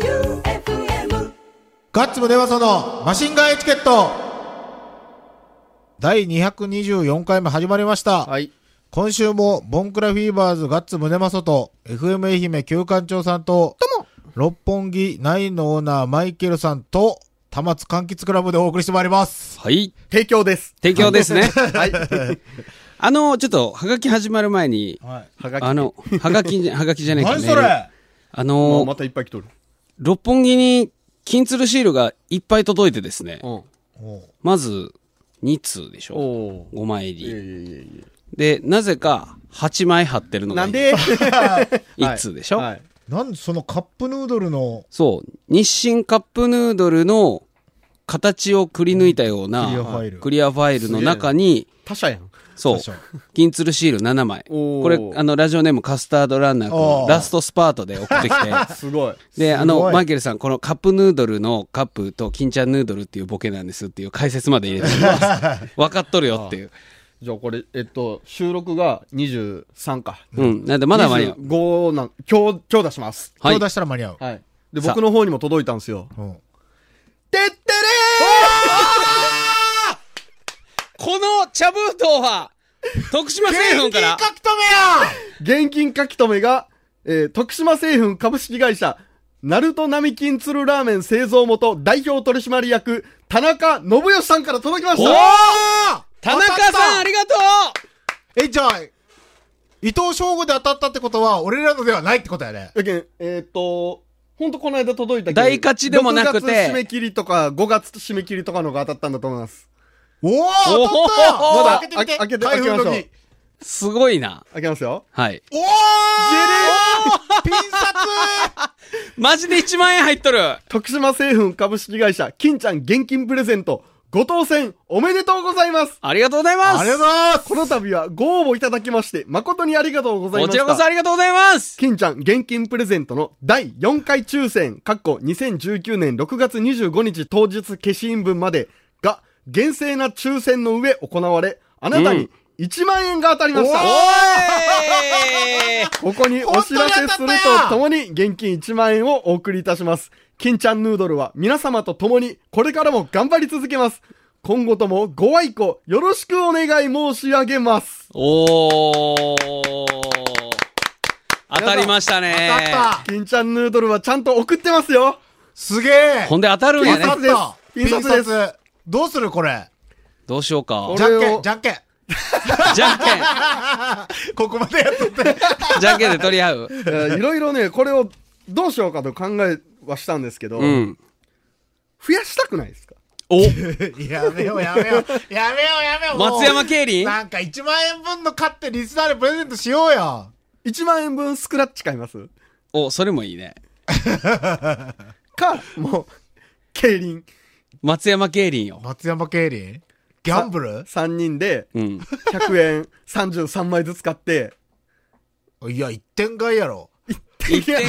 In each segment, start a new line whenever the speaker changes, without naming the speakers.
J-O-E-U-F-M
ガッツムネマソのマシンガンエチケット第224回目始まりました。
はい。
今週も、ボンクラフィーバーズガッツムネマソと、FM 愛媛旧館長さんと、六本木ナインのオーナーマイケルさんと、玉津柑橘クラブでお送りしてまいります。
はい。
提供です。
提供ですね。
はい。
あの、ちょっと、はがき始まる前に、
はい。
はがき。
あの、はが きじゃ、はがきじゃねえか、
何
ね。
それ
も
あ
う
の
ま、たいっぱい来とる。
六本木に、金鶴シールがいっぱい届いてですね。
ん。
まず、2通でし
お
ょ。
お。
5枚
いやいや
入り。
いやい
で、なぜか、8枚貼ってるの
や。
が
な
一、
んで
一通でしょ、
はい。
なんでそのカップヌードルの、
そう。日清カップヌードルの、形をくり抜いたような、
クリアファイル
クリアファイルの中に、
他社やん。
そう
他社。
金鶴シール7枚。
おー
これ、あの、ラジオネームカスタードランナーくん
おー
ラストスパートで送ってきて。
すごい。
で、あ
すご
の、
い
マイケルさん、このカップヌードルのカップと金ちゃんヌードルっていうボケなんですっていう解説まで入れてます。分かっとるよっていう。
じゃあこれ、えっと、収録が23か。
うん。なんで、まだ間に合う。
25なん、今日、今日出します。
は
今
い
日。出したら間に合う。
はい。で、
さあ
僕の方にも届いたんですよ。
うん。
てってれ
この茶封筒は、徳島製粉から、
ー現金書き留めが、えー、徳島製粉株式会社、ナルト並金鶴ラーメン製造元代表取締役、田中信義さんから届きました
田中さんありがと
え、じゃあ、伊藤翔吾で当たったってことは、俺らのではないってことやね。
やけん、えーっ、と、ほんとこの間届いたけん
大勝ちでもなく
6
て
月締め切りとか、5月締め切りとかのが当たったんだと思います。
おー
おー
当たった
まだ
開けてみて
あ開けて
開封の
開けましょ
儀
うすごいな。
開けますよ。
はい。
おーピン札
マジで1万円入っとる
徳島製粉株式会社、金ちゃん現金プレゼント、ご当選おめでとうございます
ありがとうございます
ありがとうございます
この度はご応募いただきまして、誠にありがとうございました。
こちらこそありがとうございます
金ちゃん現金プレゼントの第4回抽選、かっこ2019年6月25日当日消印分までが、厳正な抽選の上行われ、あなたに1万円が当たりました。
おい
ここにお知らせするとともに現金1万円をお送りいたします。金ちゃんヌードルは皆様と共にこれからも頑張り続けます。今後ともご愛顧よろしくお願い申し上げます。
おー当たりましたね
当たった
金ちゃんヌードルはちゃんと送ってますよ。
すげえ
ほんで当たるんや
ピン
ね
札だ
ピン札です
ピン札どうするこれ。
どうしようか
こ
じゃ
れ
んけ
を
ん、じゃんけん。
じゃんけ
ここまでやっとって。
んじゃんけんで取り合う
えーいろいろね、これをどうしようかと考えはしたんですけど、
うん
増やしたくないですか
お
やめよう、やめよう。やめよう、やめよう。もう
松山競輪
なんか1万円分の買ってリスナーにプレゼントしようよ。
?1 万円分スクラッチ買います
おそれもいいね
か、もう、競輪
松山競輪よ
松山競輪ギャンブル
3人で
うん
100円33枚ずつ買 って、
いや、一点買いやろ。
一点買い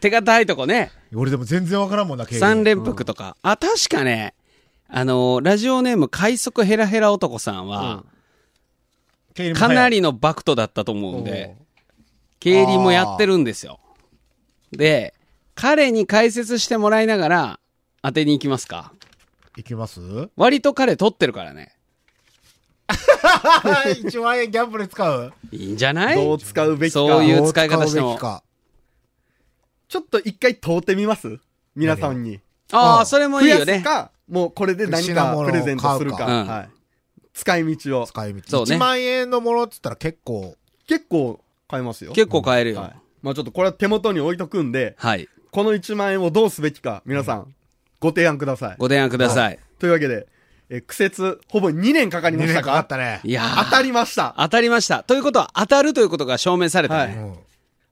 手堅いとこね
俺でも全然わからんもんな、競輪。
三連服とか、あ確かねあのラジオネーム快速ヘラヘラ男さんは、
競輪も
か
早い
なりのバクトだったと思うんで、競輪もやってるんですよ。で、彼に解説してもらいながら当てに行きますか。
いき ます
割と彼取ってるからね。
?1 万円ギャンブルに使う
いいんじゃない
どう使うべきか。
そういう使い方しても
どう使うべきか
ちょっと一回問うてみます皆さんに。
あ
う
あ、
ん
それも
増
いい
や
よ
す
ね。
か、もうこれで何かプレゼントするか。
品
物を買うか
はい。使い道を。
使い道。
そうね
1万円のものって言ったら結構、
結構買いますよ。
結構買えるよ。
は。
はい
まあちょっとこれは手元に置いとくんで、
い。
この1万円をどうすべきか、皆さん、ご提案ください。
ご提案ください。
というわけで、えー苦節、ほぼ2年かかり
2
まし
年
た
か
か
かったね。
いや
当
ー
たりました。
当たりました。ということは当たるということが証明された
は
ね。
い
うん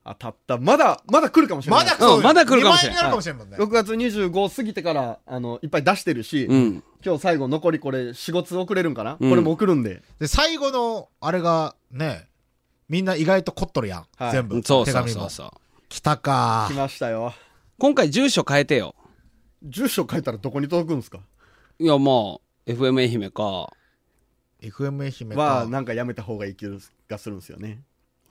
当たった。まだ、まだ来るかもしれな
ま
い。
だそうよ
うんまだ来るかもしれ
二万円
ん
になるかもしれんもんね。
6月25過ぎてから、あの、いっぱい出してるし、
うん。
今日最後残りこれ、4、5通送れるんかな、
うん
これも送るんで。
で、最後の、あれが、ね、みんな意外と凝っとるやん。
はい
全部。
そう
手
そう
紙
そ
も
う。そう。
来たか
来。ましたよ。
今回住所変えてよ。
住所書いたらどこに届くんですか
いや、まあ、FM 愛媛か。
FM 愛媛
は、
か。
なんかやめた方がいい気がするんですよね。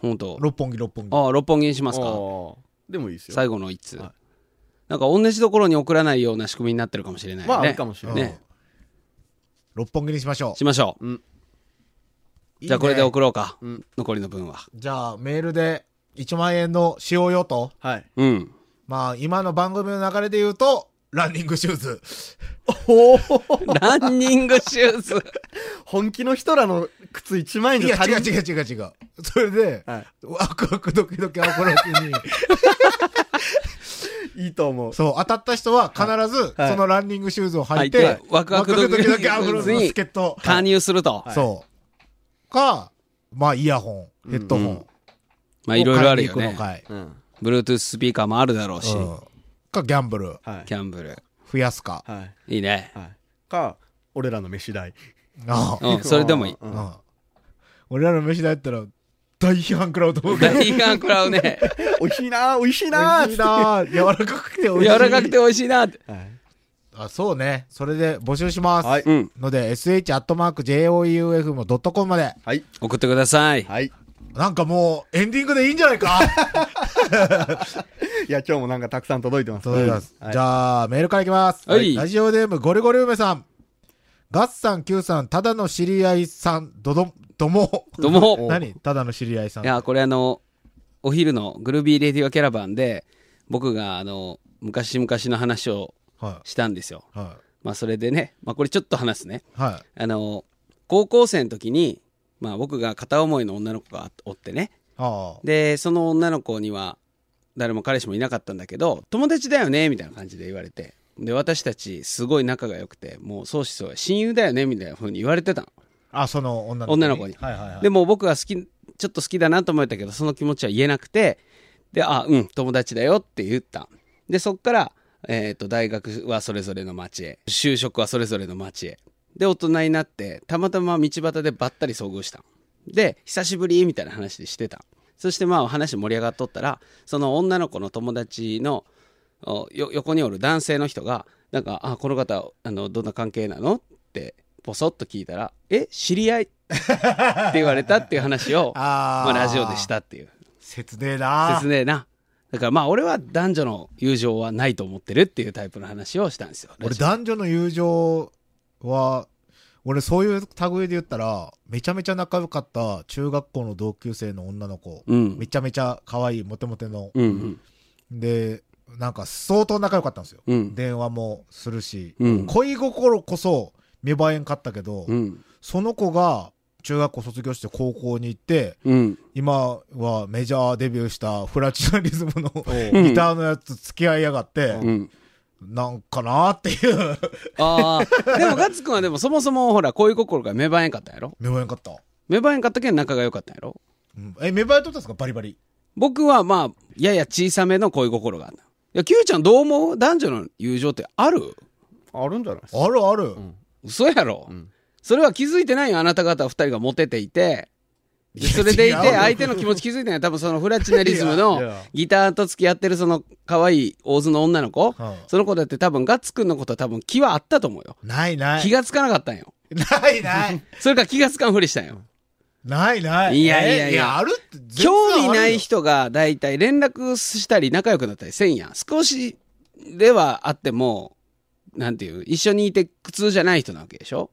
本当。
六本木、六本木。
ああ、六本木にします
あ
か。
ーでもいいですよ。
最後の一通。
はい
なんか、同じところに送らないような仕組みになってるかもしれないね。
まあ、あるかもしれない。
ね
六本木にしましょう。
しましょう。じゃあ、これで
いいね
送ろうか。
うん
残りの分は。
じゃあ、メールで1万円の使用用途。
はい。
うん。
まあ、今の番組の流れで言うと、ランニングシュー ズ。
おー
ランニングシューズ。
本気の人らの靴1万円
い
じゃ
や、
足
違う
りない。
違う違う違う。それで、
は
ワクワクドキドキアコロキに、
い。いいと思う。
そう、当たった人は必ず、
はい
そのランニングシューズを履い
は
て
い、ワクワクドキドキ
ワクワクドキドキアコロの助っ人。
加入すると。
そう。か、まあ、イヤホン、ヘッドホン。
うんまあ、いろいろあるよ
買いに行
ね
く。のかい。
うん。
Bluetooth スピーカーもあるだろうし。
うん。か、ギャンブル、
はい
キ。ャンブル。
増やすか。
はい。
いいね。
はい。か、俺らの飯代。
ああ。
うん、それでもいい。
う
うんん。俺らの飯だったら、大批判食らうと思うけど。
大ガン食らうね。
美味しいなー美味しいなー
美味しいな柔らかくて美味しい。
柔らかくて美味しいなって。
はい。
あ、そうね。それで募集します。
はい
うん。
ので、sh.joufm.com まで。
はい。
送ってください。
はい。
なんかもう、エンディングでいいんじゃない か
いや、今日もなんかたくさん届いてます。
そうです。
はい
じゃあ、メールからいきます。
はい
ラジオネーム、ゴリゴリ梅さん。ガッサン、キューさん、ただの知り合いさん、どど、ども。
ど うも。
何ただの知り合いさん。
いや、これあの、お昼のグルービーレディオキャラバンで、僕があの、昔々の話を
は
したんですよ。
い。は
まあ、それでね、まあ、これちょっと話すね。
い。は
あの、高校生の時に、まあ、僕が片思いの女の子がおってね。
い。あ
で、その女の子には、誰も彼氏もいなかったんだけど、友達だよね、みたいな感じで言われて。で、私たち、すごい仲が良くて、もう、相思相愛、親友だよね、みたいな風に言われてたの。
あ。あ、その女の子
女の子に。
はいはいはい。、
でも僕は好き、ちょっと好きだなと思ったけど、その気持ちは言えなくて、で、あ、うん、友達だよって言った。で、そっから、えっ、と、大学はそれぞれの町へ、就職はそれぞれの町へ。で、大人になって、たまたま道端でばったり遭遇した。で、久しぶりみたいな話でしてた。そしてまあ話盛り上がっとったら、その女の子の友達のおよ横におる男性の人が、なんか、あ、この方、あの、どんな関係なのって、ポソッと聞いたら、え、知り合い って言われたっていう話を
あ
ま
ー
あ、ラジオでしたっていう。
説明だ。
説明な。だからまあ、俺は男女の友情はないと思ってるっていうタイプの話をしたんですよ。
俺
ラジオ
男女の友情は俺そういう類で言ったらめちゃめちゃ仲良かった中学校の同級生の女の子、
うん
めちゃめちゃ可愛いモテモテの、
うんうん。
でなんか相当仲良かったんですよ、
うん
電話もするし、
うん
恋心こそ芽生えんかったけど、
うん。
その子が中学校卒業して高校に行って
うん。
今はメジャーデビューしたフラチュナリズムの
ん
ギターのやつ付き合いやがって、
うん。
なんかなーっていう
ああ。でも、ガッツくんはでもそもそもほら、恋心が芽生えんかったやろ
芽生えんかった
芽生えんかったけん仲が良かったやろ
うんえ、芽生えとったんですかバリバリ。
僕はまあ、やや小さめの恋心があるの。いや、キューちゃんどう思う男女の友情ってある
あるんじゃないですか。
あるある。
嘘やろ、
ん
それは気づいてないよ、あなた方二人がモテていて。でそれ
い
でいて、
や違うよ
相手の気持ち気づいてない。多分そのフラチナリズムの
いやいや
ギターと付き合ってるその可愛い大津の女の子
うん。
その子だって多分ガッツくんのことは多分気はあったと思うよ。
ないない。
気 が つかなかったんよ。
ないない。
それから気がつかんふりしたんよ。
ないない。
いやいやいや
えいや、あるって。全然
興味な
ある
い
よ。
人が大体連絡したり仲良くなったりせんやん。少しではあっても、なんていう、一緒にいて苦痛じゃない人なわけでしょ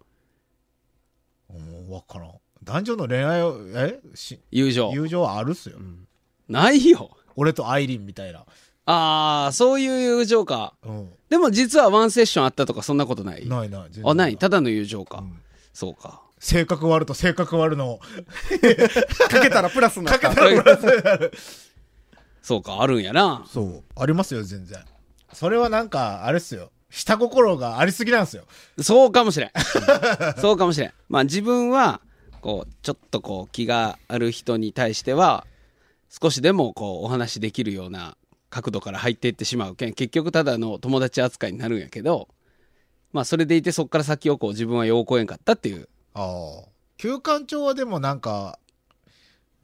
うんわからん。男女の恋愛を、えし
友情。
友情はあるっすよ。
ないよ。
俺とアイリンみたいな。
ああ、そういう友情か。
うん。
でも実はワンセッションあったとかそんなことない
ないない。全然
あ、ない。ただの友情か。そうか。
性格割ると性格割るの。
かけたらプラスになった。
そうか、あるんやな。
そう。ありますよ、全然。それはなんか、あれっすよ。下心がありすぎなんですよ。
そうかもしれん。 そうかもしれん。まあ自分は、こう、ちょっとこう気がある人に対しては、少しでもこうお話しできるような角度から入っていってしまうけん、結局ただの友達扱いになるんやけど、まあそれでいてそっから先をこう自分はようこえんかったっていう。
ああ。休館長はでもなんか、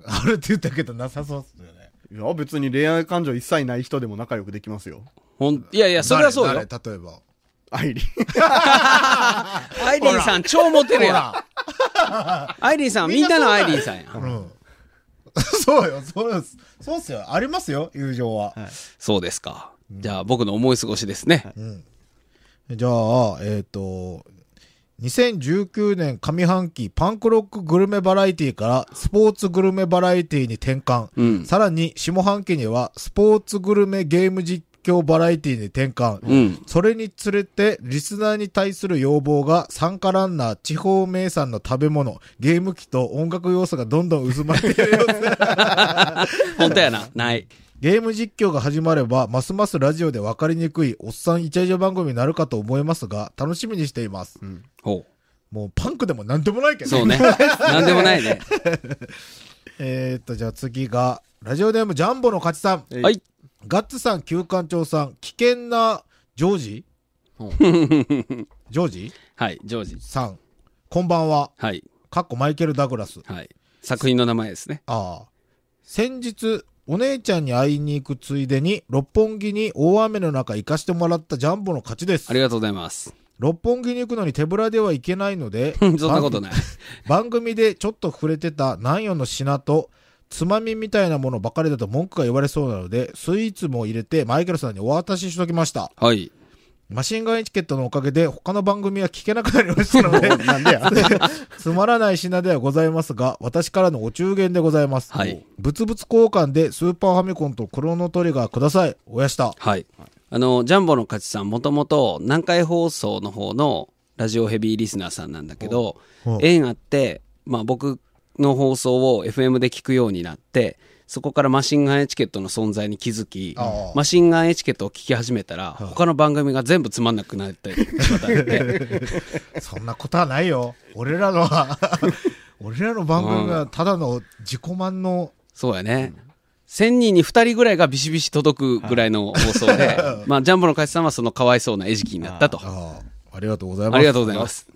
あるって言ったけどなさそうっすよね。
いや、別に恋愛感情一切ない人でも仲良くできますよ。
ほん、いやいや、それはそうよ
誰。誰例えば。
アイリン。
アイリーンさん超モテるやん。
ほ
アイリーンさん、みんなのアイリーンさんや。
ら。うん。 そうよ、そうです。そうっすよ。ありますよ、友情は。
はい
そうですか。じゃあ僕の思い過ごしですね。
じゃあ、えっ、と、2019年上半期パンクロックグルメバラエティからスポーツグルメバラエティに転換。
うん
さらに下半期にはスポーツグルメゲーム実況バラエティに転換。
うん。
それにつれて、リスナーに対する要望が、参加ランナー、地方名産の食べ物、ゲーム機と音楽要素がどんどん渦巻いているようです。
本当やな。ない。
ゲーム実況が始まれば、ますますラジオで分かりにくいおっさんイチャイチャ番組になるかと思いますが、楽しみにしています。
ほ
もうパンクでもなんでもないけ
う。
ど。
そうね。なんでもないね。
えー、っと、じゃあ次が、ラジオネームジャンボの勝ちさん。
え
はい。
ガッツさん、旧館長さん、危険なジョージ
ほう
ジョージ
はい。ジョージ。
さん、こんばんは。
はい。
かっこマイケル・ダグラス。
はい。作品の名前ですね。
ああ。先日、お姉ちゃんに会いに行くついでに、六本木に大雨の中行かしてもらったジャンボの勝ちです
あ。りがとうございます。、
六本木に行くのに手ぶらでは行けないので
そんなことない。
番組でちょっと触れてた南洋の品と、つまみみたいなものばかりだと文句が言われそうなので、スイーツも入れてマイケルさんにお渡ししときました。
はい。
マシンガンエチケットのおかげで他の番組は聞けなくなりました ので、
なんでや
つまらない品ではございますが、私からのお中元でございます。
はい
物々交換でスーパーファミコンとクロノトリガーください。おやした。
はい。あの、ジャンボの勝ちさん、もともと南海放送の方のラジオヘビーリスナーさんなんだけど
うん、
縁あって、まあ僕の放送を FM で聞くようになって、そこからマシンガンエチケットの存在に気づき
ああ、
マシンガンエチケットを聞き始めたら、他の番組が全部つまんなくなっ たりとかって、
そんなことはないよ。俺らのは、 俺らの番組がただの自己満の、
そうやね。1000人に2人ぐらいがビシビシ届くぐらいの放送で、 まあジャンボの勝ちさんはそのかわいそうな餌食になったと。あ
ああ、ありがとうございます。
りがとうございま。す。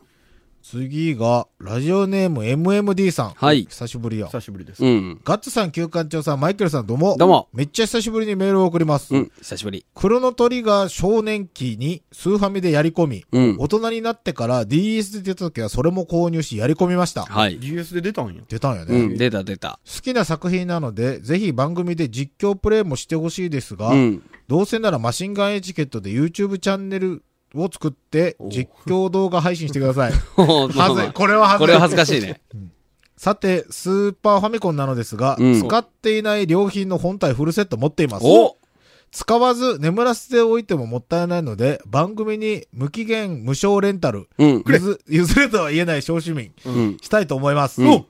次が、ラジオネーム MMD さん。
はい
久しぶりや。
久しぶりです。
うん。
ガッツさん、旧館長さん、マイケルさん、どうも。
どうも
めっちゃ久しぶりにメールを送ります。
うん、久しぶり。
クロノトリガー少年期にスーファミでやり込み、
うん
大人になってから DS で出た時はそれも購入しやり込みました。
はい。
DS で出たんや。
出たんよね。
うん、出た出た。
好きな作品なので、ぜひ番組で実況プレイもしてほしいですが、
うん。
どうせならマシンガンエチケットで YouTube チャンネルを作って実況動画配信してくだ さい。
は
はずい。これははずい。
これは恥ずかしいね。
さて、スーパーファミコンなのですが、
うん
使っていない良品の本体フルセット持っています。
お
使わず眠らせておいてももったいないので、番組に無期限無償レンタル、
うん。
ゆず譲れとは言えない小市民、
うん。
したいと思います。
うん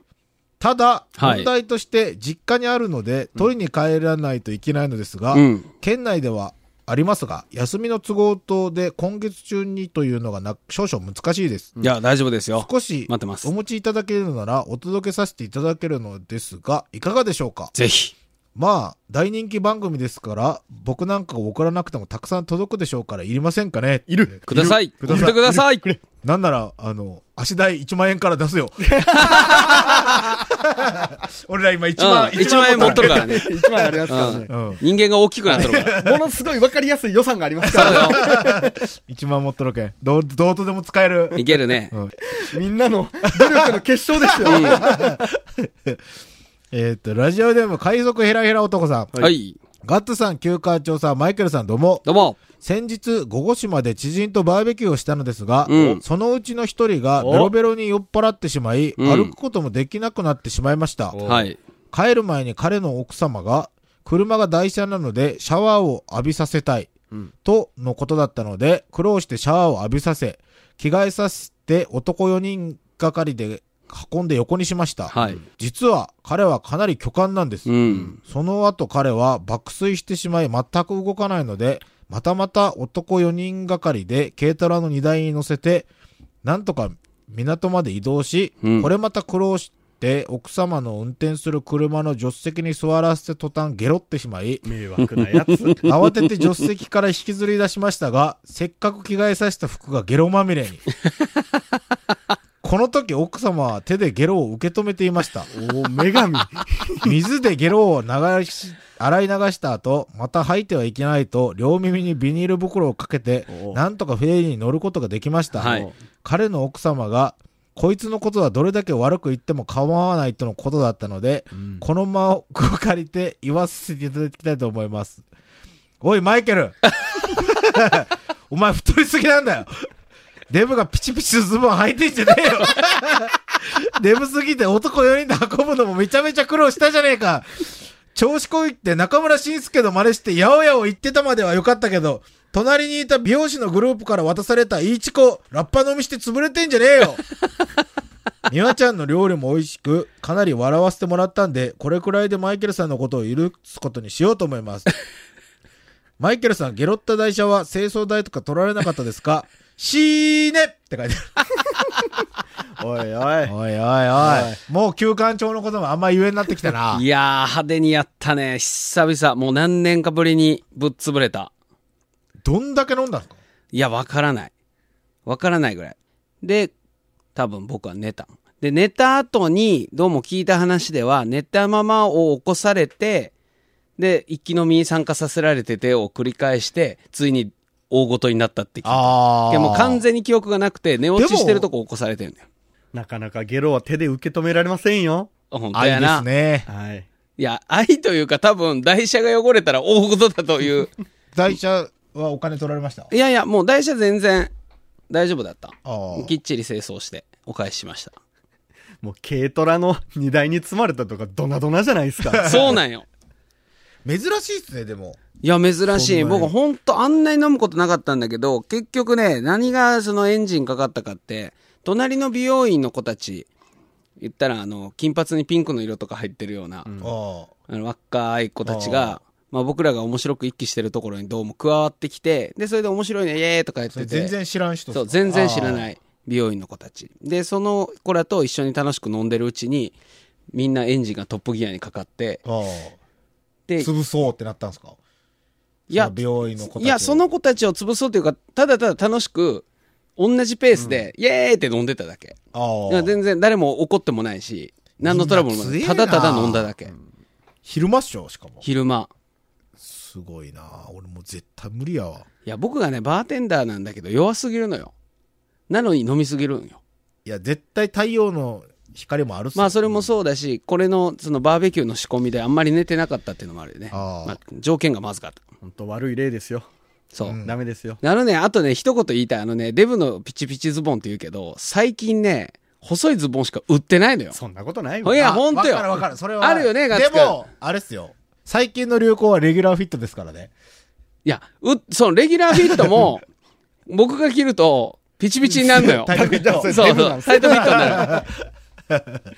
ただ、
はい
問題として実家にあるので、取りに帰らないといけないのですが、
うん。
県内ではありますが、休みの都合等で今月中にというのがな少々難しいです。
いや、大丈夫ですよ。
少し
待ってます
お持ちいただけるならお届けさせていただけるのですが、いかがでしょうか
ぜひ。
まあ、大人気番組ですから、僕なんかを送らなくてもたくさん届くでしょうから、いりませんかね
いる。
くださ
いる。
い。送ってください。
なんなら、あの、足代1万円から出すよ。 俺ら今1万、
うん。1万円持っとるからね。
一番ありますからね。
うん、
人間が大きくなっとるか
も
ら。
のすごい分かりやすい予算がありますから、
1万持っとるけん。どう、どうとでも使える。
いけるね。
みんなの努力の結晶ですよ。
えーっと、ラジオネーム、海賊ヘラヘラ男さん。
はい。
ガッツさん、休館長さん、マイケルさん、どうも。
どうも。
先日、午後島で知人とバーベキューをしたのですが、
うん
そのうちの一人がベロベロに酔っ払ってしまい、
うん
歩くこともできなくなってしまいました。
はい。
帰る前に彼の奥様が、車が台車なのでシャワーを浴びさせたい、とのことだったので、苦労してシャワーを浴びさせ、着替えさせて男4人がかりで運んで横にしました。
はい。
実は彼はかなり巨漢なんです。
うん。
その後彼は爆睡してしまい全く動かないので、またまた男4人がかりで軽トラの荷台に乗せて、なんとか港まで移動し、
うん
これまた苦労して奥様の運転する車の助手席に座らせて途端ゲロってしま い、
迷惑なやつ。
慌てて助手席から引きずり出しましたが、せっかく着替えさせた服がゲロまみれ に。この時奥様は手でゲロを受け止めていました。
お女神。
水でゲロを流し、洗い流した後、また吐いてはいけないと、両耳にビニール袋をかけて
お、う
なんとかフェリーに乗ることができました。
はい
彼の奥様が、こいつのことはどれだけ悪く言っても構わないとのことだったので、この間を借りて言わせていただきたいと思います。おい、マイケルお前太りすぎなんだよデブがピチピチのズボン履いてんじゃねえよデブすぎて男4人で運ぶのもめちゃめちゃ苦労したじゃねえか調子こいって中村慎介の真似してやおやお言ってたまではよかったけど、隣にいた美容師のグループから渡されたイーチコ、ラッパ飲みして潰れてんじゃねえ よ美和ちゃんの料理も美味しく、かなり笑わせてもらったんで、これくらいでマイケルさんのことを許すことにしようと思います。マイケルさん、ゲロった台車は清掃代とか取られなかったです か死ねって書いて
おいおい。
ある。おいおいおい。もう休館長のこともあんま言えになってきたな。
いやー、派手にやったね。久々、もう何年かぶりにぶっ潰れた。
どんだけ飲んだんですか
いや、わからない。わからないぐらい。で、多分僕は寝た。で、寝た後に、どうも聞いた話では、寝たままを起こされて、で、一気飲みに参加させられててを繰り返して、ついに大ごとになったって聞いた。
あ
いやもう完全に記憶がなくて、寝落ちしてる
で
とこ起こされてるんだよ。
なかなかゲロは手で受け止められませんよ。
本当
愛
や
で
な。
すね。
はい。
いや、愛というか多分、台車が汚れたら大事だという。
台車はお金取られました。
いやいや、もう台車全然大丈夫だった。
ああ
きっちり清掃してお返ししました。
もう軽トラの荷台に積まれたとかドナドナじゃないですか。
そうなんよ。
珍しいっすね、でも。
いや、珍しい。
ほんまに
僕ほんとあんなに飲むことなかったんだけど、結局ね、何がそのエンジンかかったかって、隣の美容院の子たち、言ったらあの、金髪にピンクの色とか入ってるような、
ん
ああ
あの若い子たちが、まあ僕らが面白く一気してるところにどうも加わってきて、で、それで面白いね、イエーイとか言っ
そ
てて。
れ全然知らん人っすか。
そう、全然知らないい美容院の子たち。で、その子らと一緒に楽しく飲んでるうちに、みんなエンジンがトップギアにかかって、
ああ
で、
潰そうってなったんですか
いや
その病院の子たちを
いや、その子たちを潰そうというか、ただただ楽しく、同じペースで、イエーイって飲んでただけ。
ああ
いや全然誰も怒ってもないし、何のトラブルもな
み
い。
んな
た
強えな
だただ飲んだだけ。
昼間っしょ、しかも。
昼間。
すごいな俺もう絶対無理やわ。
いや、僕がね、バーテンダーなんだけど、弱すぎるのよ。なのに飲みすぎるんよ。
いや、絶対太陽の光もあるっすよ
まあそれもそうだし、これのそのバーベキューの仕込みであんまり寝てなかったっていうのもあるよね。
ああ
まあ、条件がまずかった。
本当悪い例ですよ。
そう。
ダメですよ。
あのね、あとね、一言言いたい。あのね、デブのピチピチズボンって言うけど、最近ね、細いズボンしか売ってないのよ。
そんなことない
ほ
わ。
いや、
あ
ほんとよ。
わかるわかる。それは。
あるよね、ガッ
で
ツくん。
も、あれっすよ。最近の流行はレギュラーフィットですからね。
いや、う、その、レギュラーフィットも、僕が着ると、ピチピチになるのよ。
タイトフィッ
そ
ト
うそ
デブな
う、
ん
サイトフィットになる。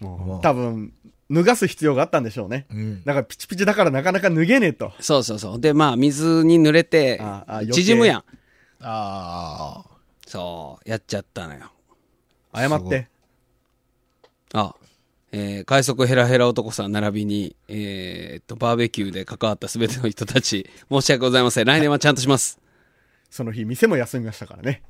もう多分、脱がす必要があったんでしょうね。だからピチピチだからなかなか脱げねえと。
そうそうそう。で、まあ、水に濡れて
ああ余、計
縮むやん。
ああ。
そう、やっちゃったのよ。
謝って。
あ、えー、快速ヘラヘラ男さん並びに、えー、っと、バーベキューで関わったすべての人たち、申し訳ございません。来年はちゃんとします。
その日、店も休みましたからね。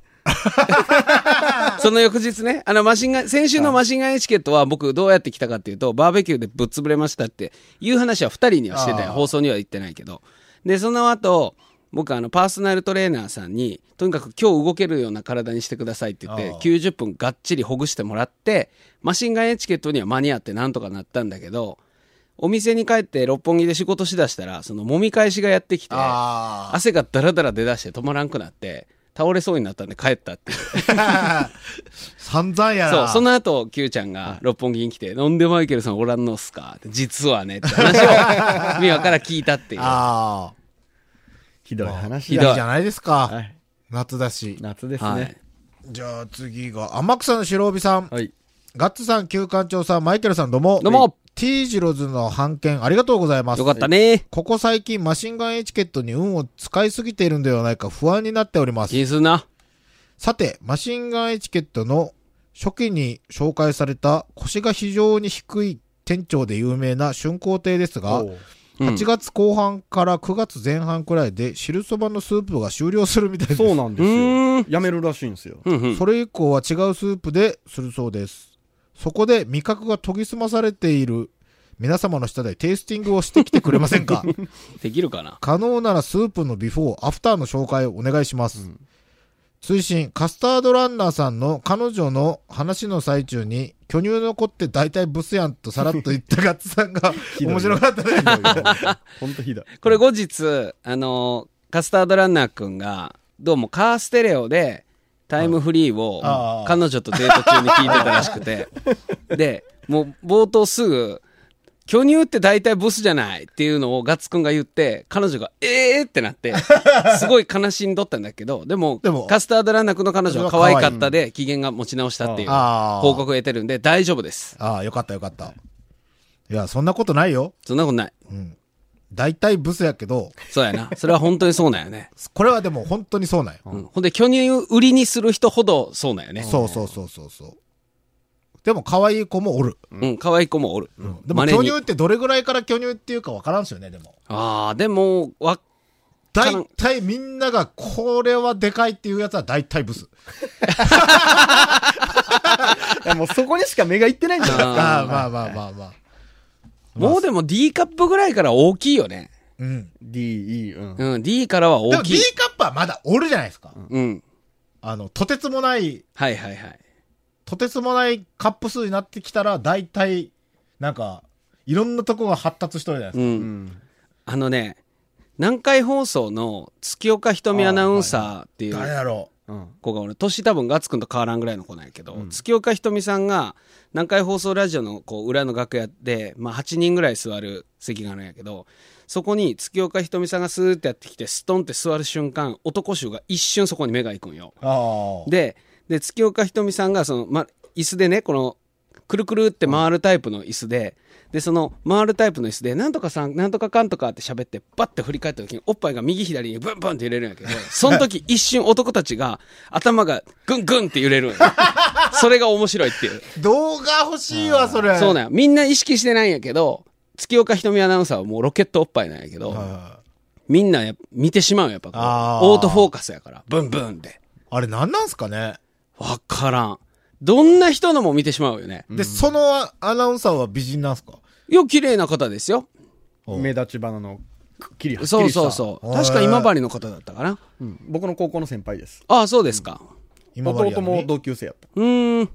その翌日ね、あの、マシンガン、先週のマシンガンエチケットは僕どうやって来たかっていうと、バーベキューでぶっ潰れましたっていう話は二人にはしてたよ。
あー
放送には言ってないけど。で、その後、僕あの、パーソナルトレーナーさんに、とにかく今日動けるような体にしてくださいって言って
あー、
90分がっちりほぐしてもらって、マシンガンエチケットには間に合ってなんとかなったんだけど、お店に帰って六本木で仕事しだしたら、その揉み返しがやってきて、
ああ。
汗がダラダラ出だして止まらんくなって、倒れそうになったんで帰ったっていう。
散々やな。
そう、その後、Q ちゃんが六本木に来て、なんでマイケルさんおらんのっ すかって、実はね、って話を、ミワから聞いたっていう。
ああ。
ひどい話
ひ
いい
ど
だ。
じゃないですか。
はい。
夏だし。
夏です
は
ね
い。。
じゃあ次が、天草の白帯さん。
はい。
ガッツさん、旧館長さん、マイケルさん、どうも。
どうも。
T ジロズの判件、ありがとうございます。
よかったね。
ここ最近、マシンガンエチケットに運を使いすぎているんではないか不安になっております
気。にすんな。
さて、マシンガンエチケットの初期に紹介された腰が非常に低い店長で有名な春光亭ですが、
おう
うん
8月後半から9月前半くらいで汁そばのスープが終了するみたいです。
そうなんで
うー
す
ん
よ。やめるらしいん ですよ。
うんうん。
それ以降は違うスープでするそうです。そこで味覚が研ぎ澄まされている皆様の下でテイスティングをしてきてくれませんか
できるかな
可能ならスープのビフォー、アフターの紹介をお願いします。推進、カスタードランナーさんの彼女の話の最中に、巨乳の子って大体ブスやんとさらっと言ったガッツさん が
どい
面白かったね。
ほんとひどい。
これ後日、あのーカスタードランナーくんが、どうもカーステレオで、タイムフリーを
ああ、
彼女とデート中に聞いてたらしくて、で、もう冒頭すぐ、巨乳って大体ブスじゃないっていうのをガッツくんが言って、彼女が、えーってなって、すごい悲しんどったんだけど、でも、
でも
カスタードランナーくんの彼女は可愛かったで、機嫌が持ち直したっていう
ああ
報告を得てるんで、大丈夫です。
ああ、よかったよかった。いや、そんなことないよ。
そんなことない。
大体ブスやけど、
そうやな。それは本当にそうなんよね。
これはでも本当にそうなんよ。
うん、ほんで、巨乳売りにする人ほどそうなんよね。
そうそうそうそうそう。でも可愛い子もおる。
うん、可愛い子もおる。
でも
稀に
巨乳ってどれぐらいから巨乳っていうか分からんすよね、でも。
ああ、でも、わ、からん
大体みんながこれはでかいっていうやつは大体ブス。
いやもうそこにしか目がいってないんだよ。
ああ、
あ
まあまあまあまあ。
ーもうでも D カップぐらいから大きいよね。
うん。
D、E、うん。
うん、D からは
でも
大
D
きい。
カップはまだおるじゃないですか。
うん。
あの、とてつもない、
はいはいはい。
とてつもないカップ数になってきたら大体、なんか、いろんなとこが発達しとるじゃないうですか。
ん。
うん。
あのね、南海放送の月岡瞳アナウンサーってい
誰
う
だろ
うん。
子が俺、年多分ガッツくんと変わらんぐらいの子なんやけど、月岡瞳さんが南海放送ラジオのこう裏の楽屋で、まあ8人ぐらい座る席があるんやけど、そこに月岡瞳さんがスーってやってきて、ストンって座る瞬間、男衆が一瞬そこに目が行くんよ。
う。ああ。
でで月岡ひとみさんがその、ま、椅子でねこのくるくるって回るタイプの椅子で、でその回るタイプの椅子で「なんとかさんなんとかかんとか」って喋ってバッて振り返った時におっぱいが右左にブンブンって揺れる んやけどその時一瞬男たちが頭がグングンって揺れる んやそれが面白いっていう
動画欲しいわ、それ。
そうなんやみんな意識してないんやけど月岡ひとみアナウンサーはもうロケットおっぱいなんやけど、
はい
みんなやっぱ見てしまうんやっぱこう
あー
オートフォーカスやからブンブンで
あれ何なんすかね。
わからんどんな人のも見てしまうよね
で、そのアナウンサーは美人なんすか
いや、綺麗な方ですよ。
お
目立ち花のくっきりはっきりした
そうそうそう。確か今治の方だったかな。
うん僕の高校の先輩です
ああ、そうですか。
今治や
弟
のに
も同級生やった
うーん。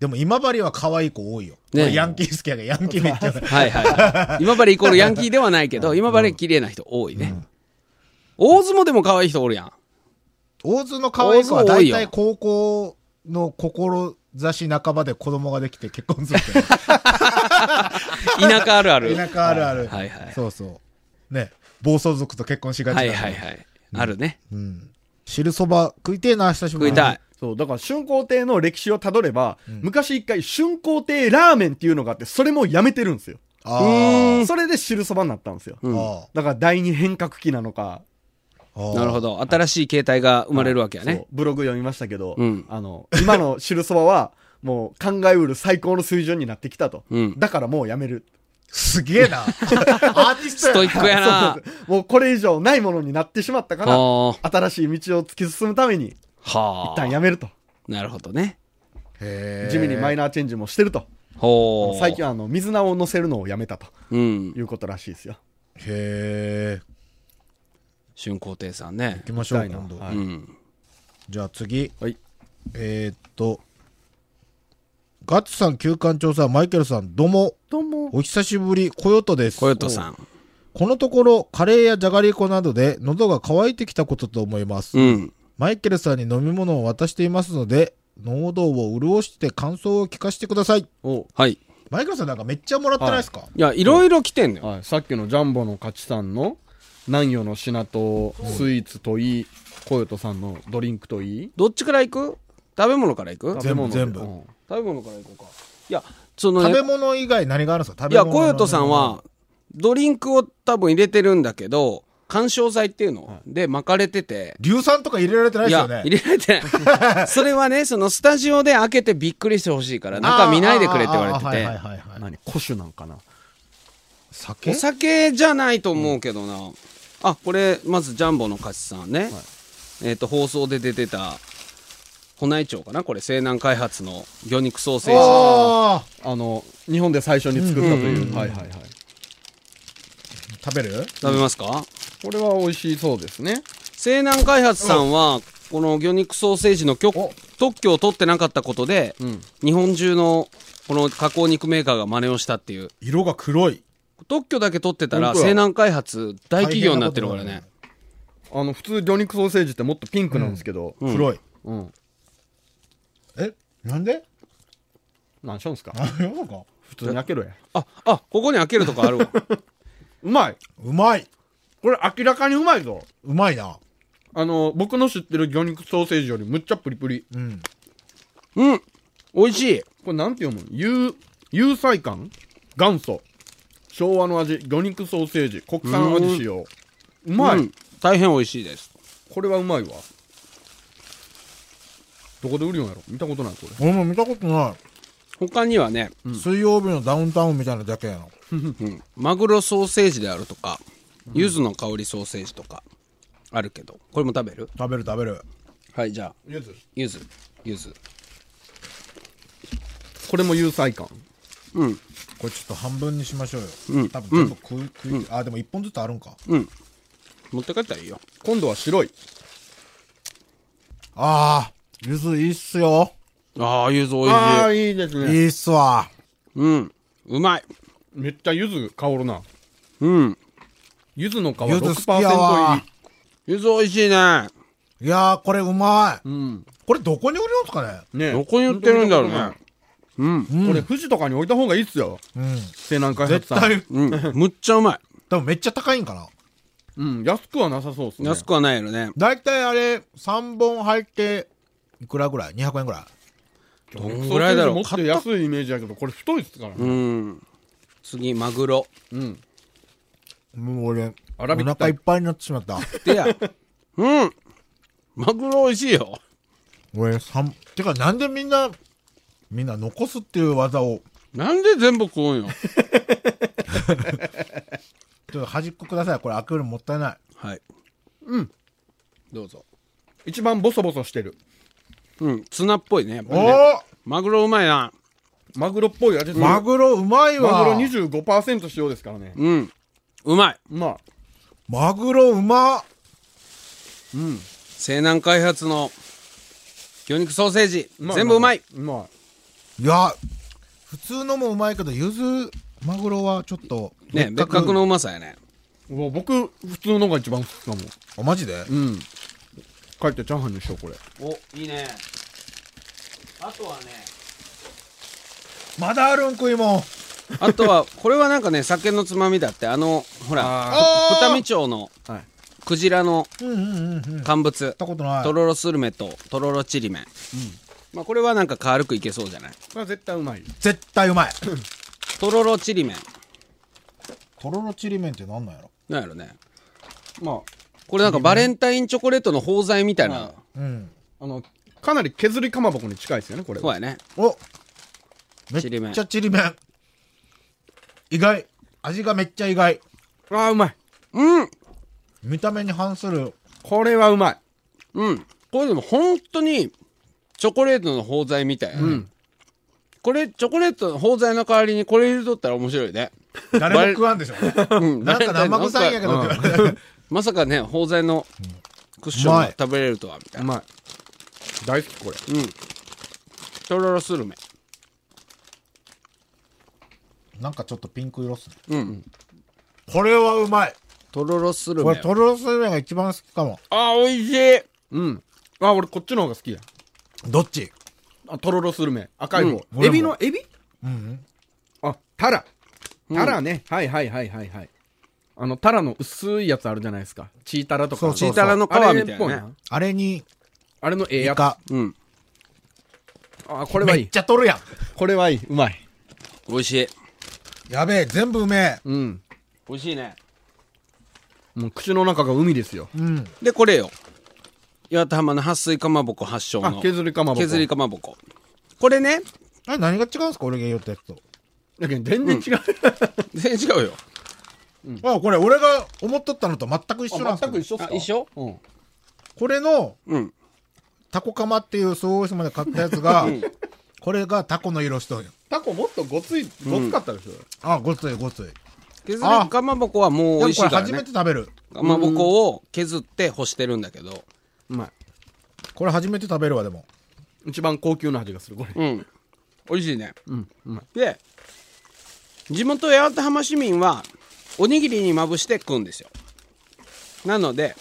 でも今治は可愛い子多いよ。
ねえ
俺ヤンキー好きやけど、ヤンキーめっち ゃ。
はいはい はい。今治イコールヤンキーではないけど、今治綺麗な人多いね。大相撲でも可愛い人おるやん。
大津の可愛い子は
大津多い
大
よ
体高校の志半ばで子供ができて結婚するけ
田舎あるあ る。
ど田舎あるある。
はいはい
そうそう。ね。暴走族と結婚しがちだ
は
か
い
ら
はいはい。あるね。
うん。汁そば食いてえな、久しぶ
食
り
い
に
たい。。
そうだから春光亭の歴史をたどれば、昔一回春光亭ラーメンっていうのがあってそれもやめてるんですよ
あー
それで汁そばになったんですよ、
うん
あ
だから第二変革期なのか
ー。
なるほ
ど。
ど。新しい形態が生まれるわけや
そ
ね
う。ブログ読みましたけど、
うん
あの今の汁そばはもう考えうる最高の水準になってきたと、
うん
だからもうやめる
すげえな。アーティス
ス
トや
トイ
な。
ックやな。
もうこれ以上ないものになってしまったから
あ
新しい道を突き進むために一
は
旦
あ。
やめると
なるほどね。
へー
地味にマイナーチェンジもしてると、
ほう。
最近はあの水菜を乗せるのをやめたと
うん。
いうことらしいですよ
へえ。
春光亭さんね
行。きましょう、
みたいな
今度。
は
う
い
ん。
じゃあ次。
はい
えーっと。ガッツさん、旧館長さん、マイケルさん、どうも。
どうも
お久しぶり、コヨトです。
小ヨトさん。
このところ、カレーやじゃがりこなどで喉が渇いてきたことと思います。
うん。
マイケルさんに飲み物を渡していますので、喉を潤して感想を聞かせてください。
お
はい。
マイケルさんなんかめっちゃもらってないですか、
いや、いろいろ来てんのよ。
はい、さっきのジャンボの勝ちさんの南予の品とスイーツといいコヨトさんのドリンクといい
どっちから行く食べ物から行く食
全部全部
うん
べ物から行こうかいやその
食
ね
べ物以外何があるんですか食
い
べ
や
物
小ヨトさんはドリンクを多分入れてるんだけど緩衝材っていうので巻かれてて、
硫酸とか入れられてないです
いや
よね
入れられて ないそれはねそのスタジオで開けてびっくりしてほしいから中見ないでくれって言われて
あーあーあーはい
て
はいはいはい
何古酒なんかな
酒
お酒じゃないと思うけどな、あこれまずジャンボの勝ちさんね、えっ、と放送で出てた保内町かなこれ西南開発の魚肉ソーセージ
あ
あの日本で最初に作ったという,、はいはいはい
ー食べる
食べますか、
これは美味しそうですね
西南開発さんはこの魚肉ソーセージの許
お
特許を取ってなかったことで、
ん
日本中のこの加工肉メーカーが真似をしたっていう
色が黒い。
特許だけ取ってたら
本当だ
西南開発大企業になってるからね
あの普通魚肉ソーセージってもっとピンクなんですけど、
ん
黒い。
うん
えなんで
なんしょんすか
あそうか
普通に開けろや
ああここに開けるとこあるわ
うまいう
まい。
これ明らかにうまいぞ
うまいな。
あの僕の知ってる魚肉ソーセージよりむっちゃプリプリ
うん。
うん美味しい
これなんて読むの有有菜館元祖昭和の味魚肉ソーセージ国産味使用うまい、
うん大変美味しいです
これはうまいわどこで売るんやろ見たことないこれ
俺も見たことな
他にはね、
い。水曜日のダウンタウンみたいなだけやな。
うんマグロソーセージであるとか柚子の香りソーセージとかあるけどこれも食べる
食べる食べる。
はいじゃあ
ゆず
柚子柚子
これも有菜館
うん
これちょっと半分にしましょうよ。
うん
多分全部食い、食い、あ、でも一本ずつあるんか。
うん持って帰ったらいいよ
今度は白い
ああ、ゆずいいっすよ。
ああ柚子美味
ああ
しい
いいです
い
ね
いっすわ。
うんうまい
めっちゃゆず香るな
うん
ゆずの皮
ゆず好きや
6%入
わ
り。
柚子美味しいね
いやー、これうまい。
うん
これどこに売りますかね
ねえ
どこに売ってるんだろうねうん
うん
これ富士とかに置いた方がいいっすよ
うん。
西南開発
絶
さん
対、
うん むっちゃうまい
多分めっちゃ高いんかな。
うん安くはなさそうっすね
安くはないよね
だいたいあれ、3本入って、いくらぐらい ?200 円ぐらい。
どんぐらいだろう
もっと安いイメージやけどこれ太いっすから
う
ね
ん次マグロ
うん
もう俺、お
粗挽き
腹
タイプ
いっぱいになってしま った。
でや うんマグロ美味しいよ
俺、三、てかなんでみんな、みんな残すっていう技を、
なんで全部食 うんよ
ちょっと端っこください。これ開けるのもったいない。
はい
うん
どうぞ
一番ボソボソしてる
うんツナっぽいねやっぱ
おお
りねマグロうまいな
マグロっぽい味す
ー
る
マグロうまいわ
マグロ25%使用ですからね
うんうまい
まあ
マグロうま
うん
西南開発の魚肉ソーセージ全部うまいう
ま
いや、普通のもうまいけど、ゆず、マグロはちょっと、
ね別格の。うまさやね
いうわ僕普通のが一番好きかも
あ、マジで
うん帰ってチャーハンにしようこれ
おいいねあとはね
まだあるん食いもん。
あとはこれはなんかね酒のつまみだってあのほら
あー
二見町の
はい
クジラの
うんうんうんうん。食っ
乾物
たことない
と。ろろスルメととろろちりめん、まあ、これはなんか軽くいけそうじゃない
これは絶対うまい
絶対うまい。
とろろちりめん
とろろちりめんってなんなんやろ
なんやろね
ま
これなんかバレンタインチョコレートの包材みたいな、
はい
うん。
ああのかなり削りかまぼこに近いですよねこれ
そう
は
やね
おめ
ちりめん
っちゃちりめん。意外。味がめっちゃ意外。
ああうまい
うん
見た目に反する。
これはうまい
うんこれでも本当にチョコレートの包材みたい、
ん
これチョコレートの包材の代わりにこれ入れとったら面白いね、
誰も食わんでしょ。
うん
なんか生臭いんやけど。
なんかまさかね包材のクッションが食べれるとはみたいうな
まい大好きこれ
うんとろろスルメ
なんかちょっとピンク色っすね。
うん
これはうまい。
とろろスル
これ、
メ
とろろするめが一番好きかも。
あー美味しい
うんあ俺こっちの方が好きや
どっち
あとろろスルメ赤い方、
うん
エビのエビ
うん。
あタラタラね、はいはいはいはいはいあのタラの薄いやつあるじゃないですかチータラとか
そうそうそう
チータラの皮みたいなね
あれっぽな
あれに、
あれのええ
イ
やつ
カ。
うん
あこれは
め
い
っ
い
ちゃ取るやん。
これはいいうまい
美味しい
やべえ、全部うめ
うん
美味しいね
もう口の中が海ですよ
え。うん。
でこれよ八幡浜の撥水かまぼこ発祥
あ
の
削りかまぼこ
削りかまぼここれね
あれ何が違うんすか俺が言ったやつと。
だけど全然違う、
全然違うよ
あ、これ俺が思っとったのと全く 一緒なんすけど
緒
あ一緒
うん
これの、
うん
タコカマっていう総合紙まで買ったやつが、
うん
これがタコの色しとるよ。
タコもっとごついごつかったでしょ、
あ、ごついごつい。
削りかまぼこはもう美
でも
味しい
これ
から
初め
ね
て食べる。
かまぼこを削って干してるんだけど
うまい
これ初めて食べるわ、でも。
一番高級な味がする、これ。
うん。美味しいね。で、地元八幡浜市民は、おにぎりにまぶして食うんですよ。なので、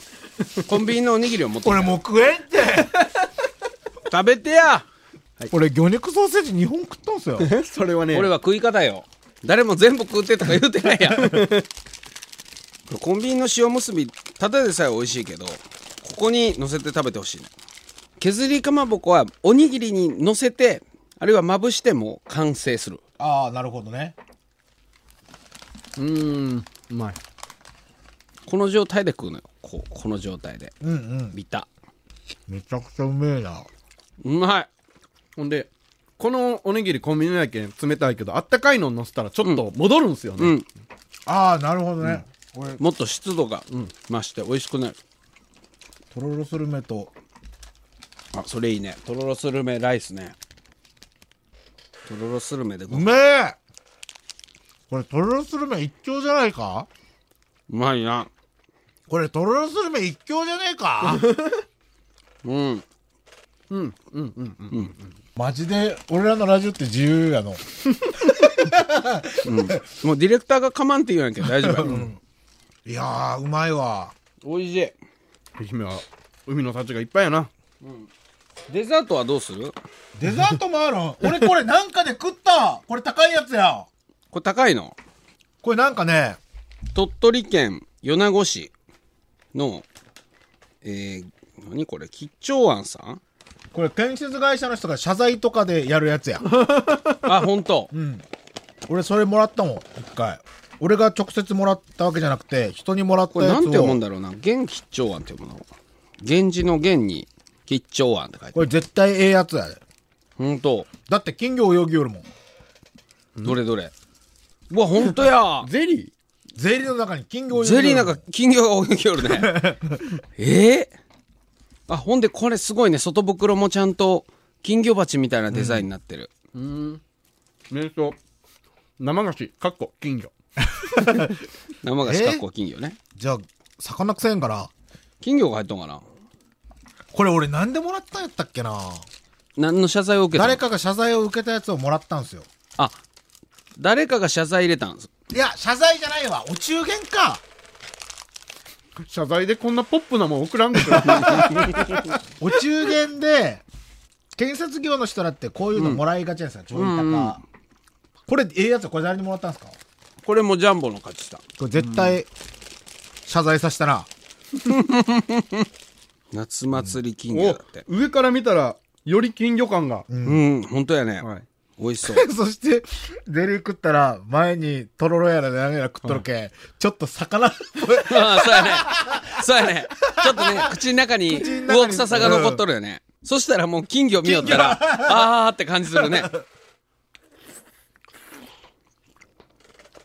コンビニのおにぎりを持ってきた
俺もう食えんって
食べてや
俺、魚肉ソーセージ2本食ったんすよ。
えそれはね、
俺は食い方よ。誰も全部食ってとか言うてないやん。 コンビニの塩むすび、ただでさえ美味しいけど、ここに乗せて食べてほしいね。削りかまぼこはおにぎりに乗せて、あるいはまぶしても完成する。
ああ、なるほどね。
うーん、うまい。
この状態で食うのよ。こう、この状態で。
うんうん。
ビタ。
めちゃくちゃうめえな。
うまい。
ほんで、このおにぎりコンビニのやけん冷たいけど、あったかいの乗せたらちょっと戻るんすよね。
うん。
ああ、なるほどね。俺、
もっと湿度が増して美味しくなる。
とろろスルメと、
あ、それいいね。とろろスルメライスね。とろろスルメでご
う
飯う
めえこれ、とろろスルメ一強じゃないか
まいな。
これ、とろろスルメ一強じゃねえか
うん。
マジで、俺らのラジオって自由やの。
もうディレクターがかまんって言うんやけど大丈夫や。
いやー、うまいわ。
美味しい。
愛媛は海の幸がいっぱいやな。
デザートはどうする
デザートもある ん俺これなんかで食ったこれ高いやつや
これ高いの
これなんかね、
鳥取県米子市の、えー、何これ吉兆庵さん
これ建設会社の人が謝罪とかでやるや つや。
あ、本当。
俺それもらったもん、一回。俺が直接もらったわけじゃなくて、人にもらった
これ
やつを。
なんて読むん
だ
だろうな。元吉兆庵って読むの源氏の源に吉兆庵って書いて
こ
ある。
れ絶対ええやつやで。
本当。
だって金魚泳ぎよるもん。
どれどれ。うわ、本当 や
ゼリー
ゼリーの中に金魚泳ぎ
ゼ
よる
リーなんか金魚が泳ぎよるね。ええあ、ほんでこれすごいね。外袋もちゃんと金魚鉢みたいなデザインになってる。
名称。生菓子、かっこ、金魚。
生菓子かっこ金魚ね。
じゃあ、魚くせえんから。
金魚が入っとんかな
これ俺なんでもらったんやったっけな
何の謝罪を受けたの
誰かが謝罪を受けたやつをもらったんすよ。
あ、誰かが謝罪入れたんです。
いや、謝罪じゃないわ。お中元か。
謝罪でこんなポップなもん送らんで くれ。あ
お中元で、 建設業の人だってこういうのもらいがちなんですよ、ちょい高。これ、ええやつ、これ誰にもらったんですか
これもジャンボの勝ちさん。
これ絶対、謝罪させたら、
夏祭り金魚
お
だって。
上から見たら、より金魚感が。
うん、本当やね。
はい
美味しそう。
そして、ゼリー食ったら、前にとろろやら何やら食っとるけ、ちょっと魚っぽい。
ああ、そうやね。そうやね。ちょっとね、口の中
の
に
中に
魚臭さが残っとるよね。そしたらもう金魚見よったら、あーって感じするね。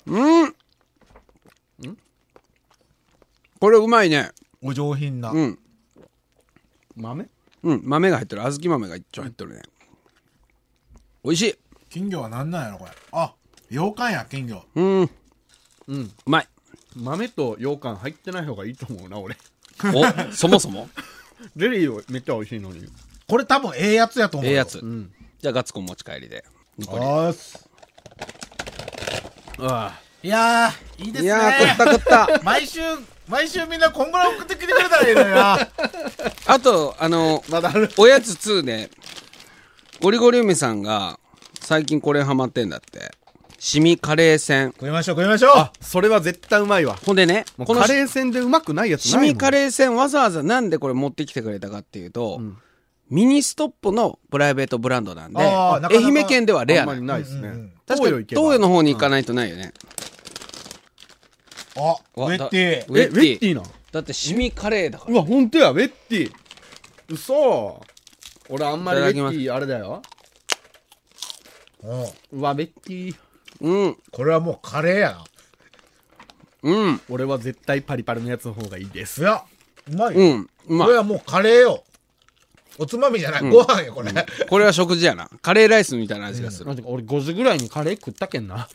うん。これうまいね。
お上品な。
うん。
豆
うん、豆が入ってる。小豆豆が一丁入ってるね。美味しい。
金魚はなんなんやろ、これ。あ、洋館や、金魚。
うん。う
うん。
まい。
豆と羊羹入ってない方がいいと思うな、俺。
お、そもそも
ゼリーめっちゃ美味しいのに。
これ多分ええやつやと思う
え
よ。
えやつ。
ん
じゃあ、ガッツコン持ち帰りで。残り
あーす。
あ
いやー、いいですね。
いやー、食った食っ
毎週、毎週みんなこんぐらい送ってきてくれたらいいのよな。
た。あと、あの、
まだある。
おやつ2で、ゴリゴリ梅さんが、最近これハマってんだって。シミカレーせん
食いましょう、食いましょう。
あ。あ、それは絶対うまいわ。
ほんでね、
もう
この
カレー戦でうまくないやつ
シ
ないもん。
ミカレーせんわざわざなんでこれ持ってきてくれたかっていうと、ミニストップのプライベートブランドなんで、
あーなかなか
愛媛県ではレ
あ
ア
んま
な
り
の。
ないで
う
す
んうんう
ね
ん。
確かに東洋の方に行かないとないよね。
あ、ウ
わ
ェッテ
だ
ィ。
ウ
え、
ェ
ウ
ッ
ェッ
テ
テ
ィ。
ィな。
だってシミカレーだから
う。わ、ほんとや、ウェッティ。嘘。俺あんまりウェ
いただ
ッ
きます
ティ、あれだよ。
うん
うわ、ウェッティ。
うん、
これはもうカレーやな。
うん、
俺は絶対パリパリのやつの方がいいです
い。や、うまいよ。
うん、うま
これ
い。
はもうカレーよ。おつまみじゃない、ご飯よ、これ。
これは食事やな。カレーライスみたいな味がする。
なんていうか俺5時ぐらいにカレー食ったけんな。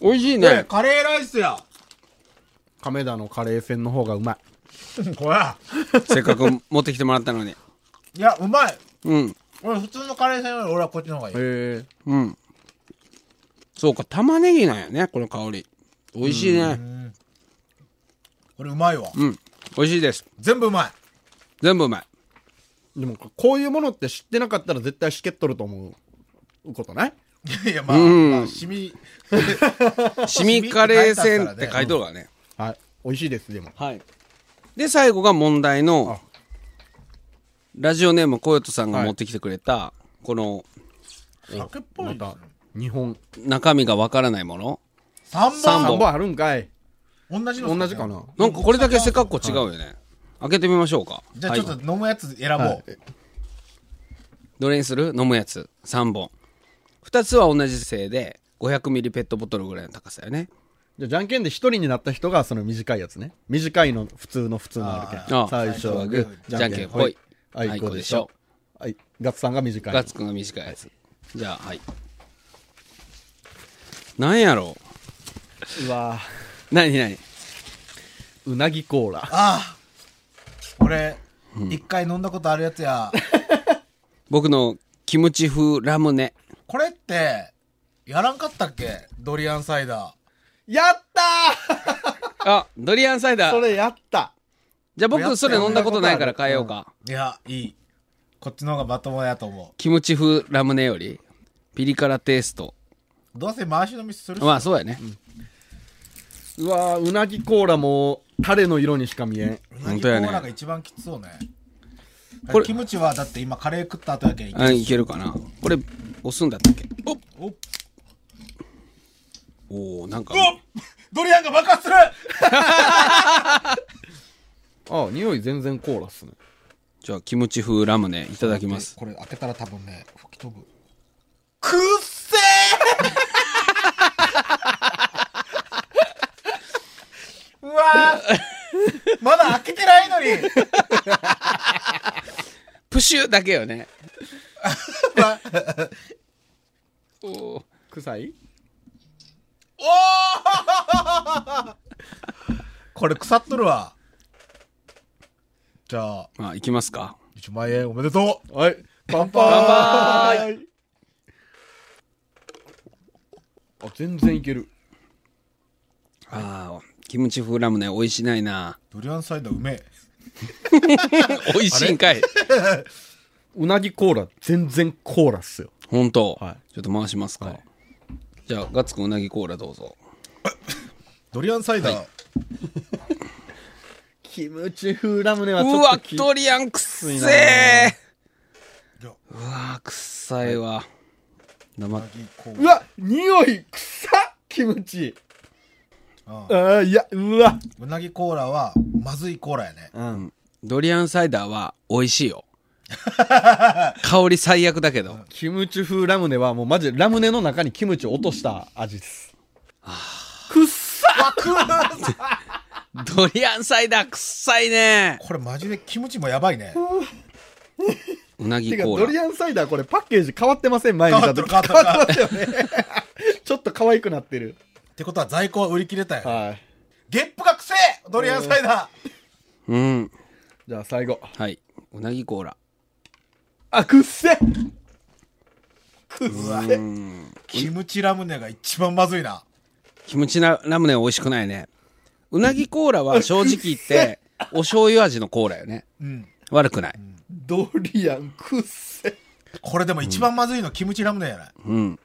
美味しい
ね
ね。
カレーライスや。
亀田のカレー船の方がうま い。
こら
せっかく持ってきてもらったのに。
いや、うまい
うん。
俺、普通のカレーせんより俺はこっちの方がいい。
へえ。
うん。そうか、玉ねぎなんやね、この香り。美味しいね。
俺、うまいわ。
うん。美味しいです。
全部うまい。
全 部うまい。
でも、こういうものって知ってなかったら絶対しけっとると思うことない
いや いや、まあ、
うん
まあ、染み、
シミカレーせんって書いとるからね。
はい。美味しいです、でも。
はい。で、最後が問題の
あ、
ラジオネーム、コヨトさんが持ってきてくれた、この、
酒っぽい
ま
ですね
た。、日本。
中身がわからないもの
三
三
本。
3本あるんかい。
同じのっすね
同じかな。
なんかこれだけ背格好違うよね。開けてみましょうか。
じゃあちょっと
はい
飲むやつ選ぼう。
はい
どれにする飲むやつ。3本。2つは同じ製で、500ミリペットボトルぐらいの高さよね。
じゃあ、じゃんけんで一人になった人がその短いやつね。短いの普通の普通のあるけん。
あー
最初はグー、
じゃんけんぽい。
あいこでしょ。はい。ガッツさんが短い。
ガッツくんが短いやつ。じゃあ、はい。なんやろ
うわ
う何何
ーうなぎコーラ。
ああ。俺、一回飲んだことあるやつや。
僕のキムチ風ラムネ。
これって、やらんかったっけドリアンサイダ
やった
あ、ドリアンサイダ
ーそ
ー。
れやった
じ
やった
ゃあ僕
よ
それ飲んだことないから変えようか。
ー。いや、いい。こっちの方がまともやと思
キムチ風ラムネより、ピリ辛テイスト。
う。どうせ回し飲みするし。
まあそうやね。
うわーうなぎコーラも、タレの色にしか見えん。
うなぎ
本当やね
コーラが一番きつそうね。
これ
キムチはだって今カレー食った後やけんいけ
あいけるかなこれ押すんだったっけ
お
おおなんか
ドリアンが爆発する
ああ、匂い全然コーラっすね。
じゃあキムチ風ラムネいただきます
これ開けたら多分ね、吹き飛ぶ。くっせー うわーまだ開けてないのに、
プシューだけよね
ま
おお
臭い
これ腐っとるわ。じゃあ、
まあいきますか
1万円おめでとう
はい。乾杯あ、全然いける。
あーキムチ風ラムネ美味しな いな
ドリアンサイダーうめえ。
美味しいんかいう
なぎコーラ、全然コーラっすよ。
本当、
は
ちょっと回しますか、じゃあガッツくんうなぎコーラどうぞ
ドリアンサイダー、
キムチ風ラムネ
う
はちょ
わ
っとき
ドリアンくっせ
いな
え
いや
うわくっさいわ生
うなぎコーラ
うわ、匂い、臭っキムチ。
あ
ああ、いや、うわ。
うなぎコーラは、まずいコーラや ね。
うん。
ドリアンサイダーは美味 しいよ香り最悪だけど、
キムチ風ラムネはもうマジでラムネの中にキムチを落とした味です。くっさ
ドリアンサイダー臭いね。
これマジでキムチもやばいね。
うなぎ
てか、
コ
ド
ー
リ
ラ。
アンサイダーこれパッケージ変わってません前見た時。
変わってる変わ
ってますよね。 ちょっと可愛くなってる。
ってことは在庫は売り切れたよ、
はい。
ゲップがくせえドリアンサイダー
うん。
じゃあ最後。
はい。うなぎコーラ。
あ、くっせくっせ
キムチラムネが一番まずいな。
キムチなラムネは美味しくないね。うなぎコーラは正直 言って、お醤油味のコーラよね。
うん。
悪くない。
ドリアン、くっせ
これでも一番まずいのキムチラムネやない。
うん。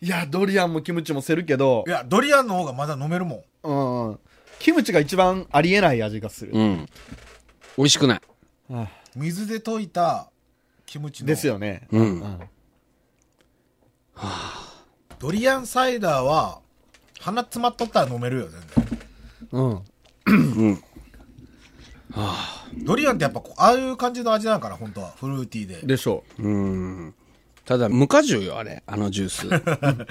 いや、ドリアンもキムチもせるけど
い、や、ドリアンの方がまだ飲めるもん。
うん。キムチが一番ありえない味がする。
うん。美味しくない。
はあ
水で溶いたキムチの。
です。よね。
う。
うんん
ドリアンサイダーは、鼻詰まっとったら飲めるよ、全然。
うん。
ドリアンってやっぱこう、ああいう感じの味なんかな、本当は。フルーティーで。
でしょ
うん。ただ、無果汁よ、あれ。あのジュー ス。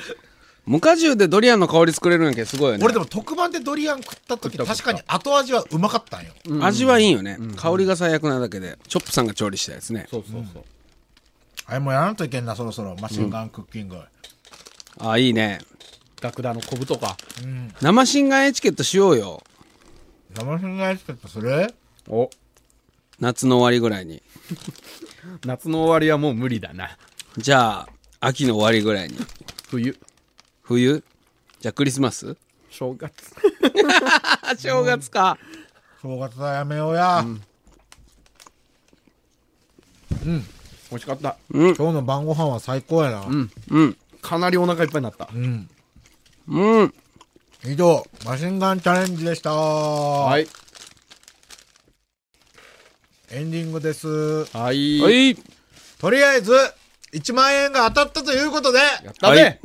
無果汁でドリアンの香り作れるんやけどすごいよね。
俺でも特番でドリアン食った時、確かに後味はうまかったんよ。
味はいいよね。香りが最悪なだけで。チョップさんが調理したやつね
う。。そうそうそう。
あれもやらんといけんな、そろそろ。マシンガンクッキング。
あ、いいね。
楽団の小太か。
生シンガンエチケットしようよ。
騙しない人とする
お、
夏の終わりぐらいに。
夏の終わりはもう無理だな。
じゃあ、秋の終わりぐらいに。
冬、
冬じゃあクリスマス
正月。
あ、正月か。
正月はやめようや、
美味しかった。
今日の晩ご飯は最高やな。うん。
うん。
かなりお腹いっぱいになった。
うん。
以上、マシンガンチャレンジでした。は。
はいい。
エンディングです。
はい。
はい。
とりあえず、1万円が当たったということで、
やったね、
はい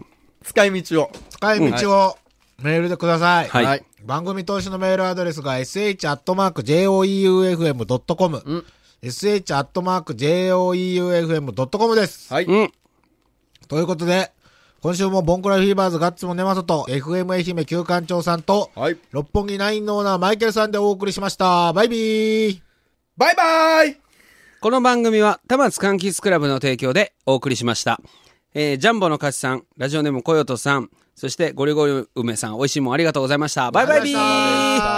使い道を。
使い道をメールでください。
はい
番組投資のメールアドレスが sh.joeufm.com、
ん
sh.joeufm.com です。
はい。
うん。
ということで、今週もボンクラフィーバーズガッツもネマソと FM 愛媛旧館長さんと、
はい。
六本木ナインのオーナーマイケルさんでお送りしました。バイビー
バイバイ
この番組は、田松柑橘クラブの提供でお送りしました。えージャンボの勝ちさん、ラジオネームこよとさん、そしてゴリゴリ梅さん、美味しいもんありがとうございました。バイバイビ
あり
ー
がとうございました